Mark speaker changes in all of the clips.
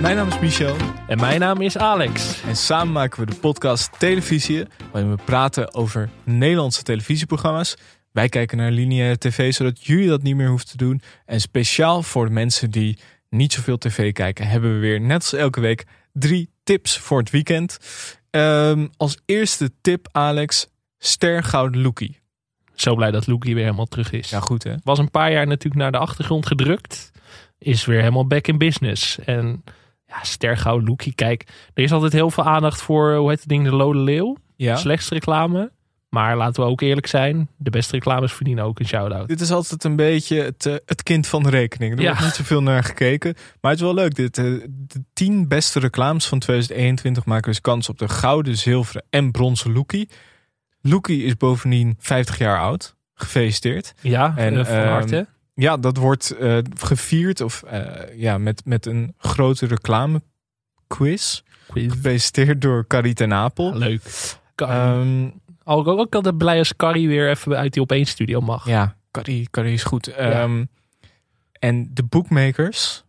Speaker 1: Mijn naam is Michel
Speaker 2: En mijn naam is Alex.
Speaker 1: en samen maken we de podcast Televisie, waarin we praten over Nederlandse televisieprogramma's. Wij kijken naar lineaire tv, zodat jullie dat niet meer hoeven te doen. En speciaal voor de mensen die niet zoveel tv kijken, hebben we weer, net als elke week, drie tips voor het weekend. Ehm, als eerste tip, Alex, Stergoud Loekie.
Speaker 2: Zo blij dat Loekie weer helemaal terug is.
Speaker 1: Ja, goed hè?
Speaker 2: Was een paar jaar natuurlijk naar de achtergrond gedrukt. Is weer helemaal back in business. En ja, Stergouw Loekie, kijk. Er is altijd heel veel aandacht voor, hoe heet het ding, de Lode Leeuw.
Speaker 1: Ja.
Speaker 2: Slechtste reclame. Maar laten we ook eerlijk zijn, de beste reclames verdienen ook een shout-out.
Speaker 1: Dit is altijd een beetje het, eh, het kind van de rekening. Er
Speaker 2: Ja.
Speaker 1: wordt niet zoveel naar gekeken. Maar het is wel leuk. Dit, eh, de tien beste reclames van 2021 maken dus kans op de gouden, zilveren en bronzen Loekie. Loekie is bovendien 50 jaar oud. Gefeliciteerd.
Speaker 2: Ja,
Speaker 1: En,
Speaker 2: en, Eh, van
Speaker 1: ehm,
Speaker 2: harte.
Speaker 1: Ja, dat wordt eh, gevierd of, eh, ja, met, met een grote reclamequiz. Gepresenteerd door Carita Napel.
Speaker 2: Leuk. Carrie.
Speaker 1: Ehm,
Speaker 2: Al- ook, ook altijd blij als Carrie weer even uit die opeens studio mag.
Speaker 1: Ja, Carrie, Carrie is goed. Ehm, En de bookmakers,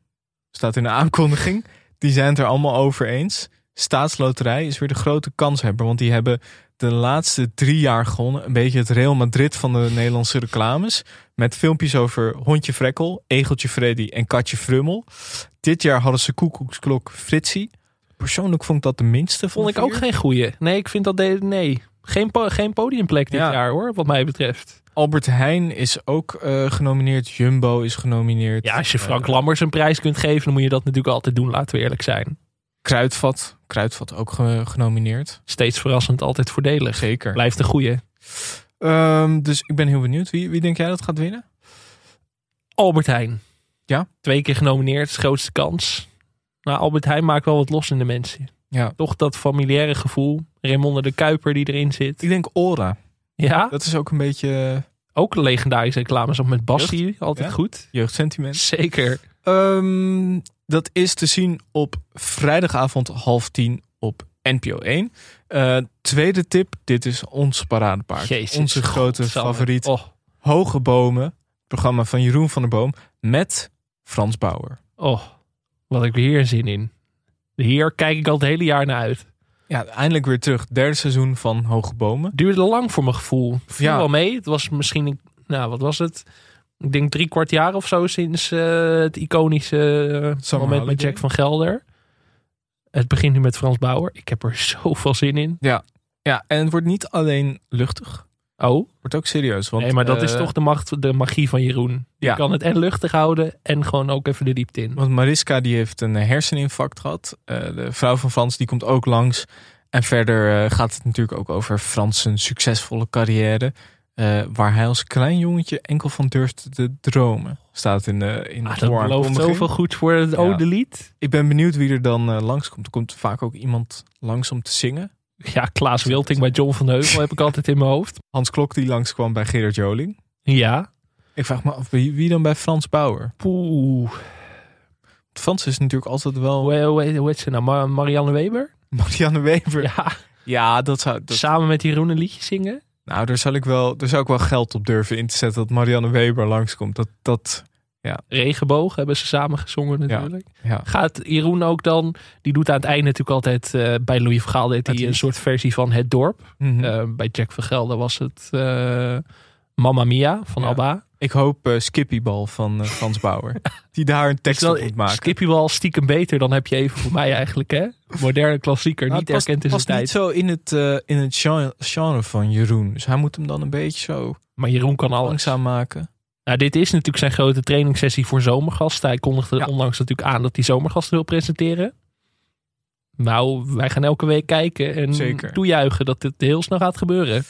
Speaker 1: staat in de aankondiging, die zijn het er allemaal over eens. Staatsloterij is weer de grote kanshebber, want die hebben de laatste drie jaar gewonnen. Een beetje het Real Madrid van de Nederlandse reclames. Met filmpjes over Hondje Frekkel, Egeltje Freddy en Katje Frummel. Dit jaar hadden ze Koekoeksklok Fritsie. Persoonlijk vond ik dat de minste. Van
Speaker 2: Vond
Speaker 1: de
Speaker 2: ik ook
Speaker 1: vier.
Speaker 2: geen goeie. Nee, ik vind dat... De, nee, geen, po- geen podiumplek dit
Speaker 1: Ja.
Speaker 2: jaar hoor, wat mij betreft.
Speaker 1: Albert Heijn is ook eh, genomineerd. Jumbo is genomineerd.
Speaker 2: Ja, als je
Speaker 1: Eh,
Speaker 2: Frank Lammers een prijs kunt geven, dan moet je dat natuurlijk altijd doen, laten we eerlijk zijn.
Speaker 1: Kruidvat. Kruidvat ook ge- genomineerd.
Speaker 2: Steeds verrassend, altijd voordelig.
Speaker 1: Zeker.
Speaker 2: Blijft een goeie.
Speaker 1: Ehm, dus ik ben heel benieuwd. Wie, wie denk jij dat gaat winnen?
Speaker 2: Albert Heijn.
Speaker 1: Ja.
Speaker 2: Twee keer genomineerd, is de grootste kans. Nou, Albert Heijn maakt wel wat los in de mensen.
Speaker 1: Ja.
Speaker 2: Toch dat familiaire gevoel. Raymond de Kuiper die erin zit.
Speaker 1: Ik denk Ora.
Speaker 2: Ja,
Speaker 1: Dat is ook een beetje
Speaker 2: ook een legendarische reclames. Ook met Bassi, altijd
Speaker 1: Ja.
Speaker 2: goed.
Speaker 1: jeugdsentiment.
Speaker 2: Zeker.
Speaker 1: Ehm, dat is te zien op vrijdagavond half tien op NPO 1. Eh, tweede tip. Dit is ons paradepaard.
Speaker 2: Jezus,
Speaker 1: Onze grote
Speaker 2: godsamme.
Speaker 1: favoriet.
Speaker 2: Oh,
Speaker 1: Hoge Bomen. Programma van Jeroen van der Boom. Met Frans Bauer.
Speaker 2: oh, wat heb ik hier zin in. Hier kijk ik al het hele jaar naar uit.
Speaker 1: Ja, eindelijk weer terug. Derde seizoen van Hoge Bomen.
Speaker 2: duurde lang voor mijn gevoel. Het Viel
Speaker 1: Ja.
Speaker 2: wel mee. Het was misschien, een- nou wat was het? Ik denk drie kwart jaar of zo sinds eh, het iconische eh, moment met
Speaker 1: Holiday.
Speaker 2: Jack van Gelder. Het begint nu met Frans Bauer. Ik heb er zoveel zin in.
Speaker 1: Ja, en het wordt niet alleen luchtig.
Speaker 2: Oh,
Speaker 1: Wordt ook serieus. Want,
Speaker 2: nee, maar dat
Speaker 1: eh,
Speaker 2: is toch de, macht, de magie van Jeroen.
Speaker 1: Ja.
Speaker 2: Je kan het en luchtig houden en gewoon ook even de diepte in.
Speaker 1: Want Mariska die heeft een herseninfarct gehad. Eh, de vrouw van Frans die komt ook langs. En verder eh, gaat het natuurlijk ook over Frans' zijn succesvolle carrière. eh, waar hij als klein jongetje enkel van durft te dromen. Staat in de, in de
Speaker 2: Ah, dat belooft
Speaker 1: vooraankondiging.
Speaker 2: zoveel goed voor het
Speaker 1: Ja.
Speaker 2: oude lied.
Speaker 1: Ik ben benieuwd wie er dan eh, langskomt. Er komt vaak ook iemand langs om te zingen.
Speaker 2: Ja, Klaas Wilting bij John van de Heuvel heb ik altijd in mijn hoofd.
Speaker 1: Hans Klok die langskwam bij Gerard Joling.
Speaker 2: Ja.
Speaker 1: Ik vraag me af wie, wie dan bij Frans Bauer.
Speaker 2: Poeh.
Speaker 1: Frans is natuurlijk altijd wel
Speaker 2: Hoe, hoe, hoe heet ze nou? Ma- Marianne Weber?
Speaker 1: Marianne Weber. Ja,
Speaker 2: Ja.
Speaker 1: dat zou. Dat,
Speaker 2: samen met Jeroen een liedje zingen.
Speaker 1: Nou, daar zal ik wel, daar zou ik wel geld op durven in te zetten dat Marianne Weber langskomt. Dat, dat,
Speaker 2: Regenboog hebben ze samen gezongen natuurlijk.
Speaker 1: ja.
Speaker 2: Gaat Jeroen ook dan, die doet aan het einde natuurlijk altijd, eh, bij Louis van Gaal deed
Speaker 1: Het
Speaker 2: hij een
Speaker 1: lied.
Speaker 2: soort versie van Het Dorp.
Speaker 1: Mhm.
Speaker 2: Eh, bij Jack van Gelder was het eh Mamma Mia van
Speaker 1: Ja.
Speaker 2: ABBA.
Speaker 1: ik hoop eh, Skippybal van eh, Frans Bauer. die daar een tekst op
Speaker 2: Terwijl
Speaker 1: moet maken.
Speaker 2: Skippybal stiekem beter dan heb je even voor mij eigenlijk hè. Moderne klassieker,
Speaker 1: Nou,
Speaker 2: niet
Speaker 1: het past-
Speaker 2: erkend in zijn
Speaker 1: past
Speaker 2: tijd.
Speaker 1: niet zo in het, eh, in het genre, genre van Jeroen. Dus hij moet hem dan een beetje zo
Speaker 2: Maar Jeroen kan alles.
Speaker 1: langzaam maken.
Speaker 2: Nou, dit is natuurlijk zijn grote trainingssessie voor zomergasten. Hij kondigde
Speaker 1: Ja.
Speaker 2: onlangs natuurlijk aan dat hij zomergasten wil presenteren. Nou, wij gaan elke week kijken en
Speaker 1: Zeker.
Speaker 2: toejuichen dat dit heel snel gaat gebeuren.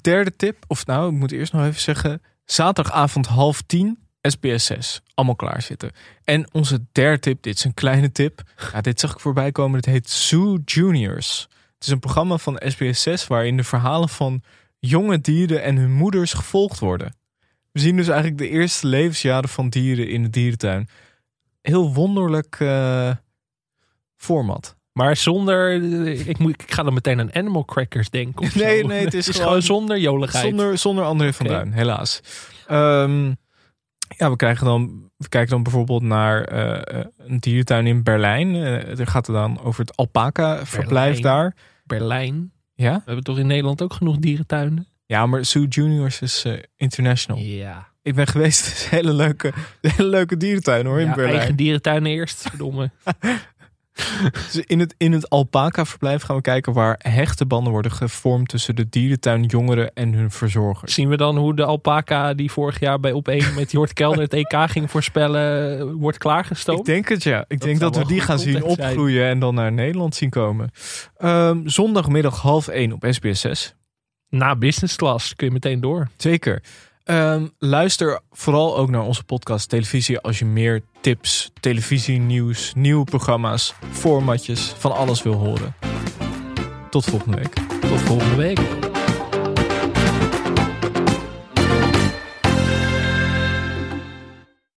Speaker 1: Derde tip, of nou, ik moet eerst nog even zeggen. Zaterdagavond half tien, SBS 6. Allemaal klaarzitten. En onze derde tip, dit is een kleine tip. Ja, dit zag ik voorbij komen. Het heet Zoo Juniors. Het is een programma van SBS 6 waarin de verhalen van jonge dieren en hun moeders gevolgd worden. We zien dus eigenlijk de eerste levensjaren van dieren in de dierentuin. Heel wonderlijk eh, format.
Speaker 2: Maar zonder, eh, ik, moet, ik ga dan meteen aan Animal Crackers denken. of
Speaker 1: Nee,
Speaker 2: zo.
Speaker 1: nee, het is
Speaker 2: gewoon
Speaker 1: gewoon-
Speaker 2: zonder joligheid.
Speaker 1: Zonder, zonder André van
Speaker 2: Oké.
Speaker 1: Duin, helaas. Ehm, Ja, we, krijgen dan, we kijken dan bijvoorbeeld naar eh, eh, een dierentuin in Berlijn. Eh, er gaat het dan over het alpaca-verblijf
Speaker 2: Berlijn.
Speaker 1: daar.
Speaker 2: Berlijn.
Speaker 1: Ja?
Speaker 2: We hebben toch in Nederland ook genoeg dierentuinen?
Speaker 1: ja, maar Sue Juniors is eh, international.
Speaker 2: Ja.
Speaker 1: Ik ben geweest, het is een hele leuke, hele leuke dierentuin hoor in
Speaker 2: ja
Speaker 1: Berlijn.
Speaker 2: eigen dierentuinen eerst, verdomme.
Speaker 1: Dus in het, in het alpaca-verblijf gaan we kijken waar hechte banden worden gevormd tussen de dierentuin, jongeren en hun verzorgers.
Speaker 2: Zien we dan hoe de alpaca die vorig jaar bij Op1 met Jort Kelder het EK ging voorspellen, eh, wordt
Speaker 1: Ik
Speaker 2: klaargestoomd?
Speaker 1: denk het ja. Ik denk
Speaker 2: zou
Speaker 1: dat we
Speaker 2: wel
Speaker 1: die
Speaker 2: goed
Speaker 1: gaan zien
Speaker 2: content zijn.
Speaker 1: opgroeien en dan naar Nederland zien komen. Ehm, zondagmiddag half één op SBS6.
Speaker 2: Na business class kun je meteen door.
Speaker 1: Zeker. Ehm, luister vooral ook naar onze podcast Televisie als je meer tips, televisienieuws, nieuwe programma's, formatjes, van alles wil horen. Tot volgende week.
Speaker 2: Tot volgende week.